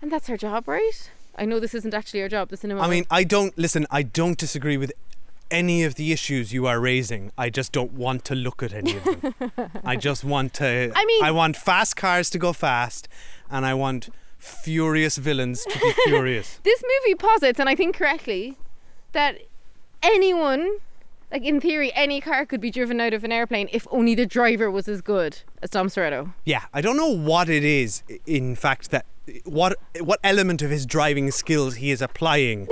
B: And that's our job, right? I know this isn't actually our job, the cinema.
A: I
B: one.
A: mean, I don't listen. I don't disagree with any of the issues you are raising. I just don't want to look at any of them. I just want to.
B: I mean-
A: I want fast cars to go fast, and I want furious villains to be furious.
B: this movie posits, and I think correctly, that anyone, like in theory, any car could be driven out of an airplane if only the driver was as good as Tom Serrato.
A: Yeah, I don't know what it is. i- In fact, that what what element of his driving skills he is applying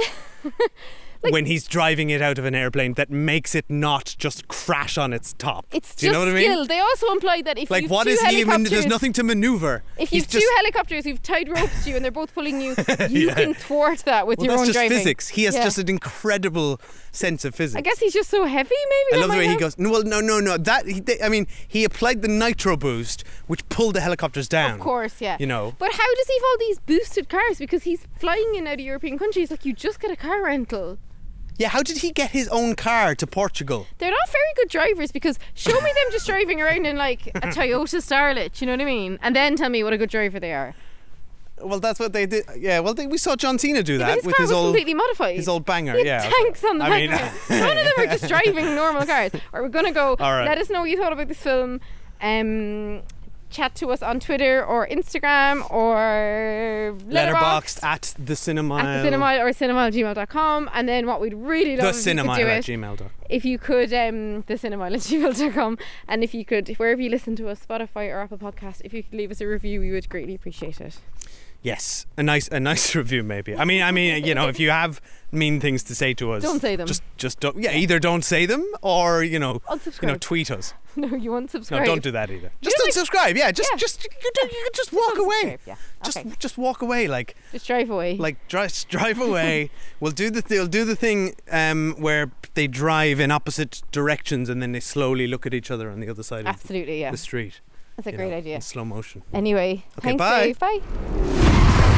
A: when he's driving it out of an airplane that makes it not just crash on its top.
B: It's
A: Do
B: just
A: you know what I mean?
B: skill. They also implied that if
A: Like,
B: you've
A: what
B: two
A: is he even? There's
B: helicopters-
A: nothing to maneuver.
B: If
A: He's
B: you've two helicopters who've tied ropes to you and they're both pulling you, you
A: Yeah.
B: can thwart that with
A: well,
B: your
A: that's
B: own
A: just
B: driving.
A: physics. He has
B: Yeah.
A: just an incredible sense of physics.
B: I guess he's just so heavy,
A: I
B: maybe. that
A: love the
B: might
A: way he
B: help.
A: goes. No, well, no, no, no. That he, they, I mean, he applied the nitro boost, which pulled the helicopters down.
B: Of course, yeah.
A: You know.
B: But how does he have all these boosted cars? Because he's flying in out of European countries. Like you just get a car rental.
A: Yeah. How did he get his own car to Portugal?
B: They're not very good drivers because show me them just driving around in like a Toyota Starlet. You know what I mean? And then tell me what a good driver they are.
A: Well, that's what they did. Yeah, well, they, we saw John Cena do
B: But
A: that
B: his
A: with
B: car
A: his
B: was
A: old
B: completely modified.
A: his old banger.
B: He had
A: yeah,
B: tanks on the
A: I mean,
B: back of it. None of them are just driving normal cars. Or we're gonna go.
A: All right.
B: Let us know what you thought about this film. Um, chat to us on Twitter or Instagram or
A: letterboxed
B: Letterboxd
A: at the cinema.
B: at the cinema or cinema at gmail.com and then what we'd really love
A: The
B: if you could
A: cinema
B: do
A: at
B: it
A: gmail.com.
B: if you could um the cinema at gmail.com and if you could wherever you listen to us Spotify or Apple Podcast if you could leave us a review we would greatly appreciate it
A: Yes, a nice a nice review maybe. I mean, I mean, you know, if you have mean things to say to us,
B: Don't say them. Oh,
A: Just just don't. Yeah, either don't say them or you know, you know,
B: Unsubscribe.
A: tweet us.
B: no you won't
A: No,
B: subscribe
A: don't do that either. Just
B: like-
A: unsubscribe. yeah, just
B: Yeah.
A: just you, could do- you could just walk away.
B: unsubscribe, yeah.
A: Just
B: Okay.
A: just walk away like.
B: just drive away
A: like drive drive away. we'll do the they'll do the thing um, where they drive in opposite directions and then they slowly look at each other on the other side
B: absolutely yeah
A: of the street.
B: that's a
A: you
B: great
A: know,
B: idea
A: In slow motion.
B: Anyway,
A: Okay,
B: thanks,
A: bye.
B: Dave. Bye.